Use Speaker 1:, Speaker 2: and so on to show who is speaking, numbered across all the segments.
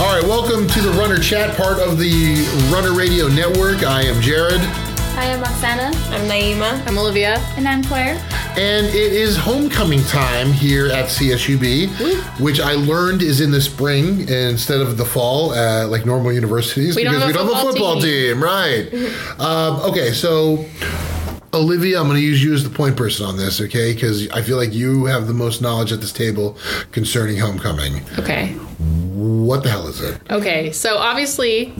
Speaker 1: All right, welcome to the Runner Chat part of the Runner Radio Network. I am Jared,
Speaker 2: Hi, I'm Roxana.
Speaker 3: I'm Naima.
Speaker 4: I'm Olivia.
Speaker 2: And I'm Claire.
Speaker 1: and it is homecoming time here at CSUB, which I learned is in the spring instead of the fall, uh, like normal universities,
Speaker 4: We don't have
Speaker 1: because we
Speaker 4: a
Speaker 1: don't have a
Speaker 4: football
Speaker 1: football team. Right. um, okay, so. Olivia, I'm going to use you as the point person on this, okay? Because I feel like you have the most knowledge at this table concerning homecoming.
Speaker 4: Okay.
Speaker 1: What the hell is it?
Speaker 4: Okay. So obviously,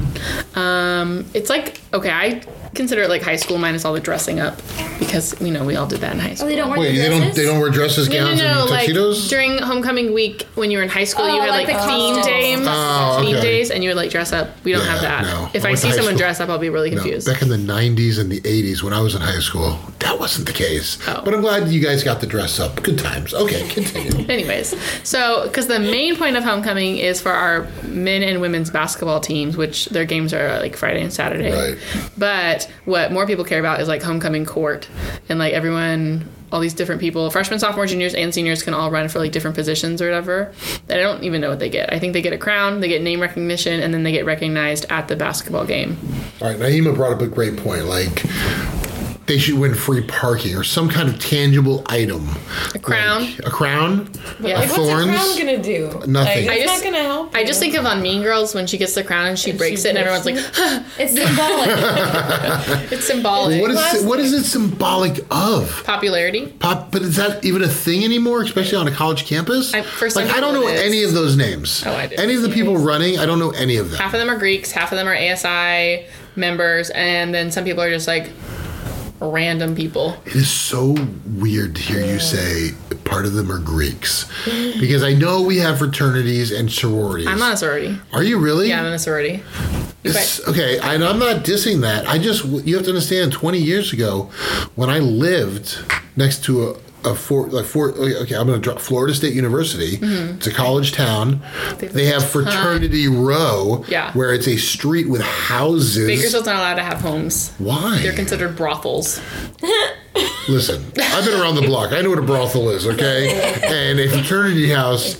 Speaker 4: um, it's like okay. I consider it like high school minus all the dressing up because you know we all did that in high
Speaker 2: Oh,
Speaker 4: school.
Speaker 2: they don't wear
Speaker 1: Wait,
Speaker 2: the
Speaker 1: they
Speaker 2: dresses?
Speaker 1: don't they don't wear dresses,
Speaker 4: No, no,
Speaker 1: gowns,
Speaker 4: no.
Speaker 1: and
Speaker 4: Like
Speaker 1: tuxedos?
Speaker 4: during homecoming week when you were in high school,
Speaker 2: Oh,
Speaker 4: you had
Speaker 2: like
Speaker 4: like,
Speaker 2: the
Speaker 4: theme
Speaker 2: costumes.
Speaker 4: days,
Speaker 1: Oh,
Speaker 4: theme
Speaker 1: okay.
Speaker 4: days, and you would like dress up. We don't
Speaker 1: Yeah,
Speaker 4: have that.
Speaker 1: no.
Speaker 4: If
Speaker 1: I
Speaker 4: I
Speaker 1: went to
Speaker 4: see
Speaker 1: high
Speaker 4: someone
Speaker 1: school.
Speaker 4: dress up, I'll be really
Speaker 1: No,
Speaker 4: confused.
Speaker 1: back in the 90s and the 80s when I was in high school, that wasn't the case.
Speaker 4: Oh.
Speaker 1: But I'm glad you guys got the dress up. Good times. Okay, continue.
Speaker 4: Anyways, so because the main point of homecoming is for our men and women's basketball teams, which their games are like Friday and Saturday.
Speaker 1: Right.
Speaker 4: But what more people care about is like homecoming court, and like everyone, all these different people, freshmen, sophomores, juniors, and seniors can all run for like different positions or whatever. And I don't even know what they get. I think they get a crown, they get name recognition, and then they get recognized at the basketball game.
Speaker 1: All right, Naima brought up a great point. Like, they should win free parking or some kind of tangible item. A
Speaker 4: crown.
Speaker 1: a crown?
Speaker 4: Yeah.
Speaker 1: A
Speaker 4: Like,
Speaker 3: What's
Speaker 1: thorns?
Speaker 3: a crown gonna do?
Speaker 1: Nothing.
Speaker 3: Like,
Speaker 1: I
Speaker 3: it's
Speaker 4: just-
Speaker 3: not gonna help.
Speaker 4: I just think of on Mean Girls when she gets the crown and she breaks
Speaker 3: she
Speaker 4: it, and
Speaker 3: breaks
Speaker 4: everyone's like,
Speaker 2: It's symbolic.
Speaker 4: it's symbolic.
Speaker 1: what is
Speaker 3: Plastic.
Speaker 1: what is it symbolic of?
Speaker 4: Popularity.
Speaker 1: Pop, but is that even a thing anymore, especially on a college campus?
Speaker 4: I- for some
Speaker 1: like, I don't know
Speaker 4: people it is.
Speaker 1: any of those names.
Speaker 4: Oh, I do.
Speaker 1: Any of the people running, I don't know any of them.
Speaker 4: half of them are Greeks, half of them are ASI members, and then some people are just like random people.
Speaker 1: It is so weird to hear you say part of them are Greeks. Because I know we have fraternities and sororities.
Speaker 4: I'm on a sorority.
Speaker 1: Are you really?
Speaker 4: Yeah, I'm in a sorority.
Speaker 1: This- okay, and I'm not dissing that. I just, you have to understand, 20 years ago, when I lived next to a, a Fort, like Fort, okay, I'm going to drop Florida State University.
Speaker 4: Mm-hmm.
Speaker 1: It's a college town. They have Fraternity Row,
Speaker 4: Yeah.
Speaker 1: where it's a street with houses.
Speaker 4: Bakersfield's not allowed to have homes.
Speaker 1: Why?
Speaker 4: They're considered brothels.
Speaker 1: Listen, I've been around the block. I know what a brothel is, okay? And a fraternity house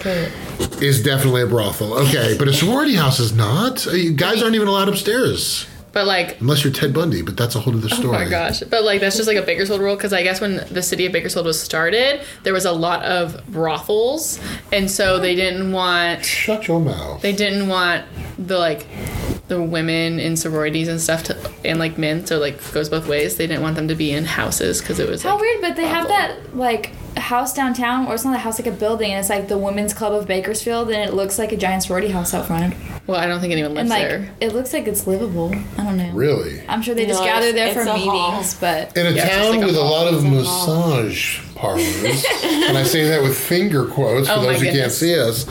Speaker 1: is definitely a brothel, okay? But a sorority house is not. Uh, You guys aren't even allowed upstairs
Speaker 4: But like,
Speaker 1: unless you're Ted Bundy, but that's a whole other
Speaker 4: oh
Speaker 1: story.
Speaker 4: my gosh. But like, that's just like a Bakersfield rule because I guess when the city of Bakersfield was started, there was a lot of brothels, and so they didn't want
Speaker 1: Shut your mouth.
Speaker 4: they didn't want the like the women in sororities and stuff to and like men so like goes both ways they didn't want them to be in houses because it was
Speaker 2: How
Speaker 4: like,
Speaker 2: weird, but they have that, like, house downtown, or it's not a house, like a building, and it's like the Women's Club of Bakersfield, and it looks like a giant sorority house out front.
Speaker 4: Well, I don't think anyone
Speaker 2: And,
Speaker 4: lives
Speaker 2: like,
Speaker 4: there.
Speaker 2: it looks like it's livable. I don't know.
Speaker 1: Really?
Speaker 2: I'm sure they just
Speaker 3: No,
Speaker 2: gather
Speaker 3: it's-
Speaker 2: there
Speaker 3: it's
Speaker 2: for
Speaker 3: a hall.
Speaker 2: meetings, but.
Speaker 1: In
Speaker 4: Yeah,
Speaker 1: a
Speaker 4: it's just
Speaker 1: town
Speaker 4: like a
Speaker 1: with a
Speaker 4: mall.
Speaker 1: lot of massage parlors, and I say that with finger quotes for
Speaker 4: Oh my
Speaker 1: those who can't
Speaker 4: goodness.
Speaker 1: see us,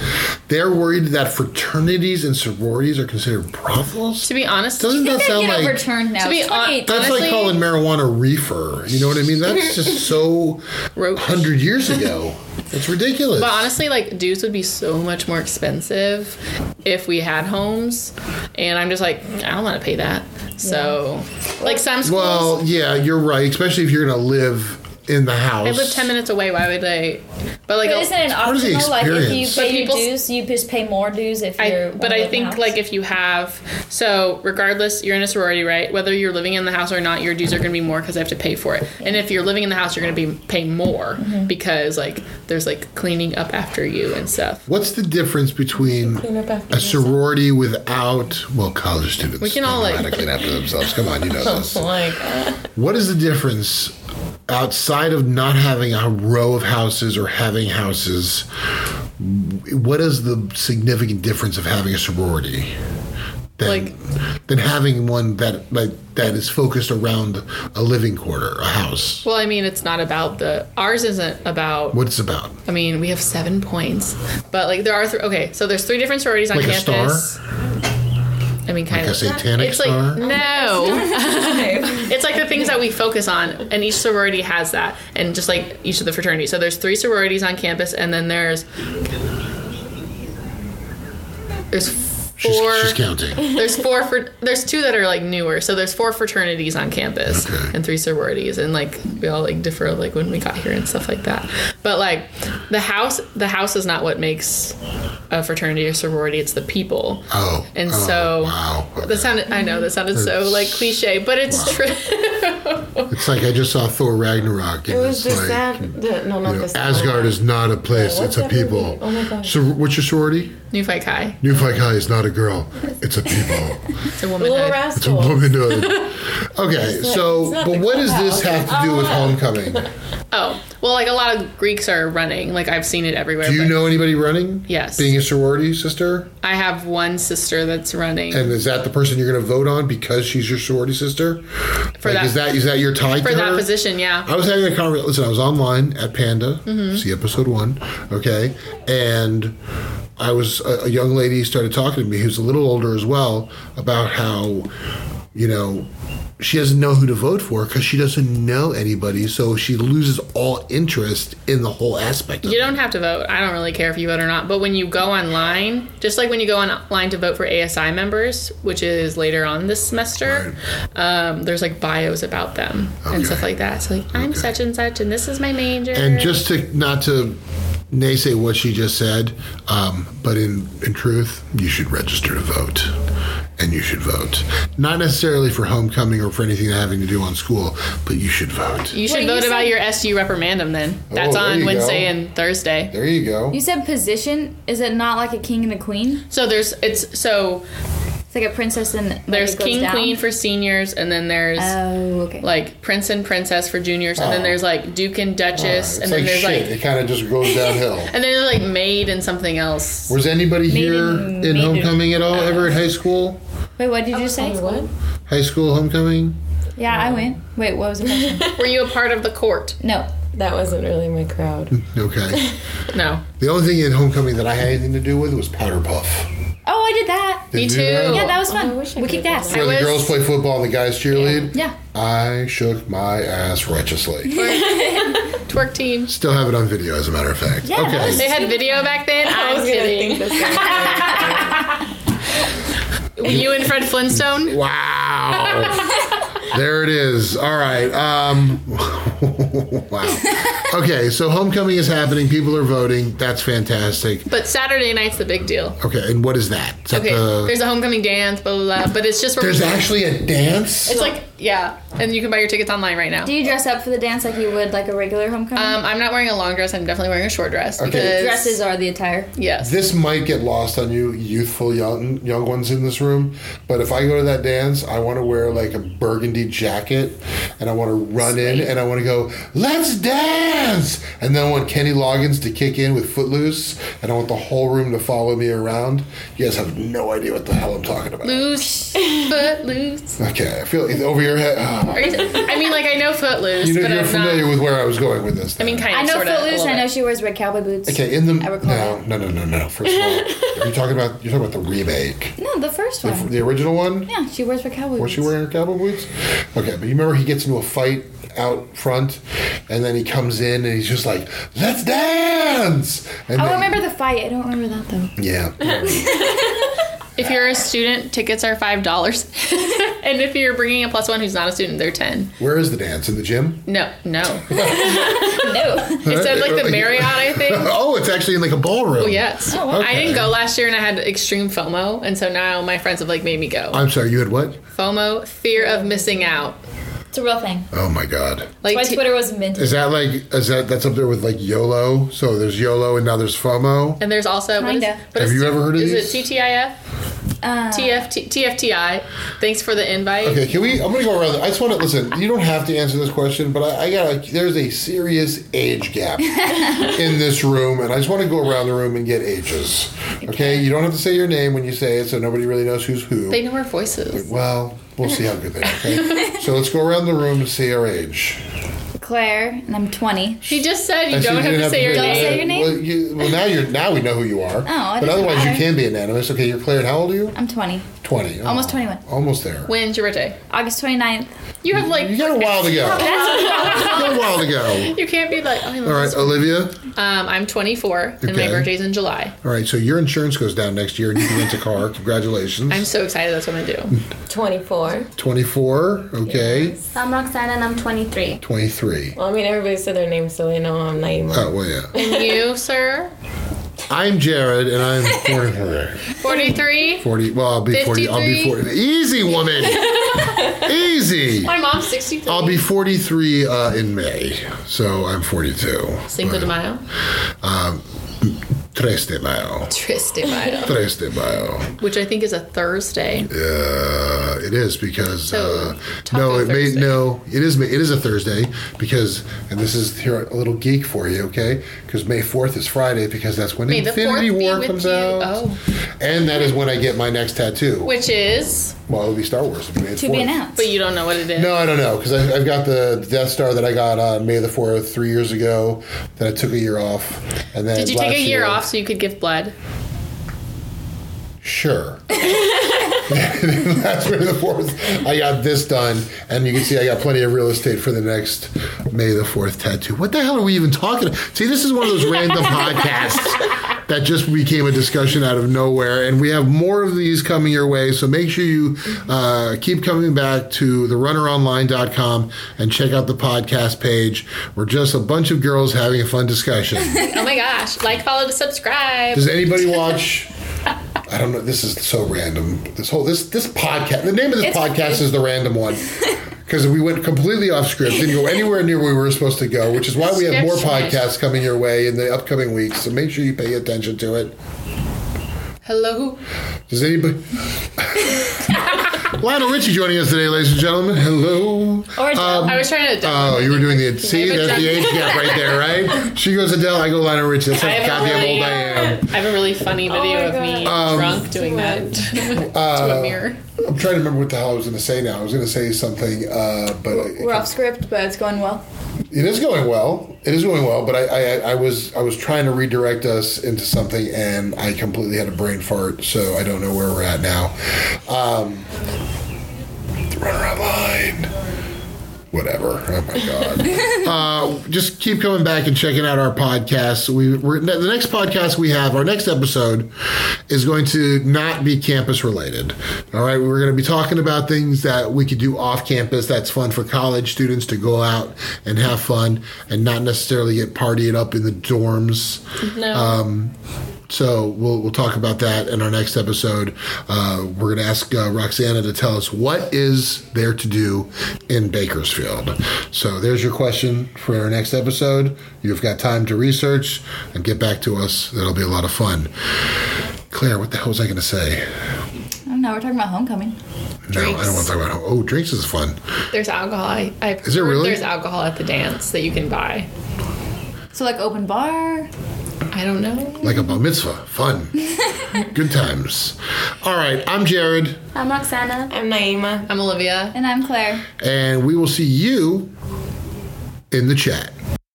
Speaker 1: they're worried that fraternities and sororities are considered brothels?
Speaker 4: To be honest,
Speaker 1: Doesn't that
Speaker 2: They
Speaker 1: sound
Speaker 2: get
Speaker 1: like.
Speaker 2: overturned now.
Speaker 4: to be
Speaker 2: It's
Speaker 4: hon-
Speaker 2: 28.
Speaker 1: That's
Speaker 4: Honestly-
Speaker 1: like calling marijuana reefer. You know what I mean? That's just so
Speaker 4: Roach.
Speaker 1: hundred years ago. It's ridiculous.
Speaker 4: but honestly, like dues would be so much more expensive if we had homes, and I'm just like, I don't want to pay that. So, like some schools,
Speaker 1: well, yeah, you're right. Especially if you're gonna live in the house.
Speaker 4: I live ten minutes away. Why would I? But like,
Speaker 5: But isn't it
Speaker 1: part of the
Speaker 5: optional? Like if you
Speaker 1: experience.
Speaker 4: But
Speaker 5: pay your
Speaker 4: people-
Speaker 5: dues, you just pay more dues if
Speaker 4: I,
Speaker 5: you're.
Speaker 4: but I think like if you have so regardless you're in a sorority right whether you're living in the house or not your dues are going to be more because I have to pay for it and if you're living in the house you're going to be paying more because like there's like cleaning up after you and stuff
Speaker 1: What's the difference between a sorority without well, college students? We
Speaker 4: can all, like-
Speaker 1: clean after themselves. Come on, you know this.
Speaker 3: like
Speaker 1: What is the difference outside of not having a row of houses or having houses? What is the significant difference of having a sorority than, than having one that like that is focused around a living quarter, a house?
Speaker 4: well I mean it's not about the ours isn't about
Speaker 1: What it's about?
Speaker 4: I mean we have seven points but like there are th- okay so there's three different sororities on
Speaker 1: Like a star?
Speaker 4: campus I mean kind
Speaker 1: Like a
Speaker 4: of
Speaker 1: satanic
Speaker 4: it's
Speaker 1: star?
Speaker 4: like no It's like the things that we focus on, and each sorority has that, and just like each of the fraternities. So there's three sororities on campus, and then there's there's
Speaker 1: She's,
Speaker 4: Four.
Speaker 1: she's counting.
Speaker 4: There's four for there's two that are like newer, so there's four fraternities on campus
Speaker 1: Okay.
Speaker 4: and three sororities, and like we all like differ like when we got here and stuff like that. But like the house, the house is not what makes a fraternity or sorority; it's the people.
Speaker 1: Oh.
Speaker 4: And
Speaker 1: oh,
Speaker 4: so
Speaker 1: Wow.
Speaker 4: that sounded I know that sounded so like cliche, but it's true.
Speaker 1: It's like I just saw Thor Ragnarok. And
Speaker 3: It was
Speaker 1: it's
Speaker 3: the
Speaker 1: like,
Speaker 3: sad.
Speaker 1: Hmm.
Speaker 3: The, no, not
Speaker 1: you know,
Speaker 3: the sad.
Speaker 1: Asgard is not a place,
Speaker 3: Yeah,
Speaker 1: it's a
Speaker 3: what's that
Speaker 1: people.
Speaker 3: movie? Oh my gosh.
Speaker 1: So, what's your sorority?
Speaker 4: New Phi Chi,
Speaker 1: New Phi Chi is not a girl, it's a people.
Speaker 4: it's a
Speaker 3: Little
Speaker 4: womanhood.
Speaker 1: It's a
Speaker 3: rascal.
Speaker 1: womanhood. Okay, so,
Speaker 3: not
Speaker 1: but
Speaker 3: the
Speaker 1: what does this have to do with homecoming?
Speaker 4: Oh well, like a lot of Greeks are running. Like I've seen it everywhere.
Speaker 1: Do you
Speaker 4: but
Speaker 1: know anybody running?
Speaker 4: Yes.
Speaker 1: Being a sorority sister?
Speaker 4: I have one sister that's running.
Speaker 1: And is that the person you're going to vote on because she's your sorority sister? For
Speaker 4: that-
Speaker 1: is that is that your tie
Speaker 4: for
Speaker 1: to
Speaker 4: that
Speaker 1: her?
Speaker 4: position, yeah.
Speaker 1: I was having a conversation. Listen, I was online at Panda. See episode one, okay? And I was a, a young lady started talking to me who's a little older as well about how, you know, she doesn't know who to vote for because she doesn't know anybody, so she loses all interest in the whole aspect. Of
Speaker 4: You
Speaker 1: it.
Speaker 4: don't have to vote. I don't really care if you vote or not. But when you go online, just like when you go online to vote for ASI members, which is later on this semester, um, there's like bios about them
Speaker 1: Okay.
Speaker 4: and stuff like that. So like, I'm such and such, and this is my major.
Speaker 1: And just to not to naysay what she just said, um, but in in truth, you should register to vote, and you should vote. Not necessarily for homecoming or for anything having to do on school, but you should vote.
Speaker 4: you should
Speaker 2: Wait, you
Speaker 4: vote about
Speaker 2: said-
Speaker 4: your SU reprimandum then. That's
Speaker 1: Oh, there you
Speaker 4: on Wednesday
Speaker 1: go.
Speaker 4: and Thursday.
Speaker 1: There you go.
Speaker 2: You said position. Is it not like a king and a queen?
Speaker 4: So there's it's so
Speaker 2: It's like a princess and like,
Speaker 4: there's
Speaker 2: it goes
Speaker 4: king
Speaker 2: down?
Speaker 4: queen for seniors, and then there's.
Speaker 2: Oh, okay.
Speaker 4: like prince and princess for juniors, and then
Speaker 1: Oh.
Speaker 4: there's like duke and duchess,
Speaker 1: It's
Speaker 4: and then
Speaker 1: like
Speaker 4: there's
Speaker 1: shit.
Speaker 4: like,
Speaker 1: it kind of just goes downhill.
Speaker 4: and then there's like maid and something else.
Speaker 1: Was anybody here in,
Speaker 2: in- made in-
Speaker 1: homecoming at all? Ever at high school?
Speaker 2: Wait, what did you say?
Speaker 3: Sorry, what?
Speaker 1: High school homecoming?
Speaker 2: Yeah, I went. Wait, what was the question?
Speaker 4: Were you a part of the court?
Speaker 2: no.
Speaker 3: That wasn't really my crowd.
Speaker 1: Okay.
Speaker 4: No.
Speaker 1: the only thing in homecoming that I had anything to do with was powder puff.
Speaker 2: Oh, I did that.
Speaker 1: Did
Speaker 4: Me
Speaker 1: you do
Speaker 4: too.
Speaker 1: that?
Speaker 2: Yeah, that was fun.
Speaker 3: I wish I
Speaker 2: we
Speaker 3: did
Speaker 2: kicked
Speaker 3: that.
Speaker 2: ass.
Speaker 1: Where
Speaker 4: I
Speaker 1: the
Speaker 4: was-
Speaker 1: girls play football and the guys cheerlead.
Speaker 2: Yeah.
Speaker 1: I shook my ass righteously.
Speaker 4: Twerk team.
Speaker 1: Still have it on video, as a matter of fact.
Speaker 2: Yeah, that was-
Speaker 4: They had video back then. I was kidding. Were you and Fred Flintstone?
Speaker 1: Wow. there it is. All right. Um, wow. Okay, so homecoming is happening. People are voting. That's fantastic.
Speaker 4: But Saturday night's the big deal.
Speaker 1: Okay, and what is that? Is that
Speaker 4: Okay,
Speaker 1: the-
Speaker 4: there's a homecoming dance, blah blah blah. But it's just
Speaker 1: Uh, there's actually a dance?
Speaker 4: it's like yeah, and you can buy your tickets online right now.
Speaker 2: Do you dress up for the dance like you would like a regular homecoming?
Speaker 4: Um, I'm not wearing a long dress. I'm definitely wearing a short dress. Because,
Speaker 2: Dresses are the attire.
Speaker 4: Yes.
Speaker 1: This might get lost on you, youthful young young ones in this room. But if I go to that dance, I want to wear like a burgundy jacket, and I want to run in, and I want to go, "Let's dance!" And then I want Kenny Loggins to kick in with Footloose, and I want the whole room to follow me around. You guys have no idea what the hell I'm talking about.
Speaker 4: Loose. Foot loose.
Speaker 1: Okay, I feel it's over your head. Ah.
Speaker 4: Are you- I mean, like I know foot loose,
Speaker 1: you know,
Speaker 4: but
Speaker 1: you're
Speaker 4: I'm
Speaker 1: familiar
Speaker 4: not.
Speaker 1: with where I was going with this.
Speaker 4: I mean, kind of.
Speaker 2: I know
Speaker 4: sorta, a
Speaker 2: Footloose.
Speaker 4: little
Speaker 2: I know
Speaker 4: bit.
Speaker 2: she wears red cowboy boots.
Speaker 1: Okay, in the
Speaker 2: I recall
Speaker 1: no, no, no, no, no. First of all, you're talking about you're talking about the remake,
Speaker 2: No, the first
Speaker 1: the,
Speaker 2: one.
Speaker 1: the original one.
Speaker 2: yeah, she wears red cowboy boots.
Speaker 1: Was she wearing her cowboy boots? Okay, but you remember he gets into a fight out front, and then he comes in and he's just like, "Let's dance!" And
Speaker 2: I
Speaker 1: then-
Speaker 2: Oh, remember the fight. I don't remember that though.
Speaker 1: Yeah.
Speaker 4: If you're a student, tickets are five dollars, and if you're bringing a plus one who's not a student, they're ten.
Speaker 1: Where is the dance in the gym?
Speaker 4: No, no.
Speaker 2: No.
Speaker 4: It said like the Marriott, I think.
Speaker 1: Oh, it's actually in like a ballroom.
Speaker 4: Yes.
Speaker 2: Oh,
Speaker 4: I didn't go last year, and I had extreme FOMO, and so now my friends have like made me go.
Speaker 1: I'm sorry. You had what?
Speaker 4: FOMO, fear of missing out.
Speaker 2: it's a real thing.
Speaker 1: Oh my god.
Speaker 4: Like
Speaker 5: My
Speaker 4: t-
Speaker 5: Twitter was minted.
Speaker 1: Is that like is that that's up there with like YOLO? So there's YOLO and now there's FOMO.
Speaker 4: and there's also what is-
Speaker 2: Kinda.
Speaker 4: what
Speaker 1: Have
Speaker 4: is
Speaker 1: you
Speaker 4: T-
Speaker 1: ever heard of
Speaker 4: is
Speaker 1: these?
Speaker 4: it TTIF?
Speaker 2: Uh,
Speaker 4: TFT, TFTI. Thanks for the invite.
Speaker 1: Okay, can we? I'm gonna go around. the- I just want to listen. You don't have to answer this question, but I, I got. Like, there's a serious age gap in this room, and I just want to go around the room and get ages. Okay, you don't have to say your name when you say it, so nobody really knows who's who.
Speaker 4: They know our voices.
Speaker 1: well, we'll see how good they are. Okay, so let's go around the room and see our age.
Speaker 2: Claire, and I'm 20.
Speaker 4: He just said you
Speaker 1: I see
Speaker 4: don't have
Speaker 1: didn't
Speaker 4: to say your
Speaker 2: Don't
Speaker 4: name.
Speaker 2: say your name?
Speaker 1: Well, you, well, now you're now we know who you are.
Speaker 2: Oh, it
Speaker 1: but
Speaker 2: doesn't
Speaker 1: otherwise you
Speaker 2: matter.
Speaker 1: can be anonymous. Okay, you're Claire. And how old are you?
Speaker 2: I'm 20.
Speaker 1: Twenty. Oh,
Speaker 2: Almost 21.
Speaker 1: Almost there.
Speaker 4: When's your birthday?
Speaker 2: August 29th.
Speaker 4: You have like
Speaker 1: You got a while to go. you got a while to go.
Speaker 4: you can't be like. Oh, I love
Speaker 1: All right,
Speaker 4: this.
Speaker 1: Olivia.
Speaker 4: Um, I'm 24 and my
Speaker 1: Okay.
Speaker 4: birthday's in July.
Speaker 1: All right, so your insurance goes down next year and you can rent a car. Congratulations.
Speaker 4: I'm so excited. That's what I'm gonna do.
Speaker 3: 24.
Speaker 1: 24, okay,
Speaker 6: I'm Roxanne and I'm 23.
Speaker 1: 23.
Speaker 3: Well, I mean, everybody said their name, so they know I'm not even.
Speaker 1: Oh, well, yeah.
Speaker 4: And you, sir,
Speaker 1: I'm Jared and I'm 43.
Speaker 4: 43.
Speaker 1: 40, well, I'll be 40. I'll be 40. Easy, woman. Easy.
Speaker 4: My mom's 63.
Speaker 1: I'll be 43 uh, in May, so I'm 42.
Speaker 4: Cinco de Mayo.
Speaker 1: Tres de Mayo.
Speaker 4: Tres de Mayo.
Speaker 1: Tres de Mayo.
Speaker 4: Which I think is a Thursday.
Speaker 1: Uh, it is because
Speaker 4: So,
Speaker 1: uh, no,
Speaker 4: Taco
Speaker 1: it may
Speaker 4: Thursday.
Speaker 1: no, it is it is a Thursday because, and this is here a little geek for you, okay? Because May fourth is Friday because that's when
Speaker 4: May the
Speaker 1: Infinity
Speaker 4: 4th be
Speaker 1: War
Speaker 4: with
Speaker 1: comes
Speaker 4: you.
Speaker 1: out,
Speaker 4: Oh.
Speaker 1: and that is when I get my next tattoo.
Speaker 4: Which is,
Speaker 1: Well, it'll be Star Wars. it'll May
Speaker 2: to be
Speaker 1: 4th.
Speaker 2: announced.
Speaker 4: but you don't know what it is.
Speaker 1: No, I don't know because I've got the Death Star that I got on May the fourth three years ago. Then I took a year off, and then
Speaker 4: Did you take
Speaker 1: last
Speaker 4: a year off so you could give blood?
Speaker 1: Sure. That's May the fourth. I got this done, and you can see I got plenty of real estate for the next May the fourth tattoo. What the hell are we even talking? See, this is one of those random podcasts that just became a discussion out of nowhere, and we have more of these coming your way. So make sure you uh, keep coming back to therunneronline.com and check out the podcast page. We're just a bunch of girls having a fun discussion.
Speaker 4: Oh my gosh. Like, follow, to subscribe.
Speaker 1: Does anybody watch? I don't know. This is so random. This whole this this podcast. The name of this podcast is the random one because we went completely off script. Didn't go anywhere near where we were supposed to go, which is why we have more
Speaker 4: Script
Speaker 1: podcasts coming your way in the upcoming weeks. So make sure you pay attention to it.
Speaker 4: Hello.
Speaker 1: Does anybody? Lionel Richie joining us today, ladies and gentlemen. Hello.
Speaker 5: Or
Speaker 4: I was trying to.
Speaker 1: Oh, you were doing the see.
Speaker 4: haven't
Speaker 1: There's
Speaker 4: done-
Speaker 1: the age gap right there, right? She goes Adele, I go Lionel Richie. That's how
Speaker 4: haven't
Speaker 1: goddamn
Speaker 4: really-
Speaker 1: old I am.
Speaker 4: I have a really funny video of me drunk doing that to
Speaker 1: Uh,
Speaker 4: a mirror.
Speaker 1: I'm trying to remember what the hell I was going to say now. I was going to say something, uh, but it,
Speaker 2: We're off script, but it's going well.
Speaker 1: it is going well. It is going well, but I, I, I was I was trying to redirect us into something, and I completely had a brain fart, so I don't know where we're at now. Um, the runaround line. Whatever. Oh my god. just keep coming back and checking out our podcasts. We we're, the next podcast we have, our next episode is going to not be campus related. All right, we're going to be talking about things that we could do off campus. That's fun for college students to go out and have fun and not necessarily get partied up in the dorms.
Speaker 4: No.
Speaker 1: So we'll we'll talk about that in our next episode. Uh, we're going to ask uh, Roxana to tell us what is there to do in Bakersfield. So there's your question for our next episode. You've got time to research and get back to us. That'll be a lot of fun. Claire, what the hell was I going to say?
Speaker 2: I don't know. Oh, We're talking about homecoming.
Speaker 1: No, I don't want to talk about. Oh, drinks is fun.
Speaker 4: there's alcohol. I, I
Speaker 1: Is there really?
Speaker 4: There's alcohol at the dance that you can buy.
Speaker 2: So like open bar.
Speaker 4: I don't know.
Speaker 1: Like a bar mitzvah, fun, good times. All right, I'm Jared,
Speaker 6: I'm Roxana.
Speaker 3: I'm Naima.
Speaker 4: I'm Olivia.
Speaker 2: And I'm Claire.
Speaker 1: and we will see you in the chat.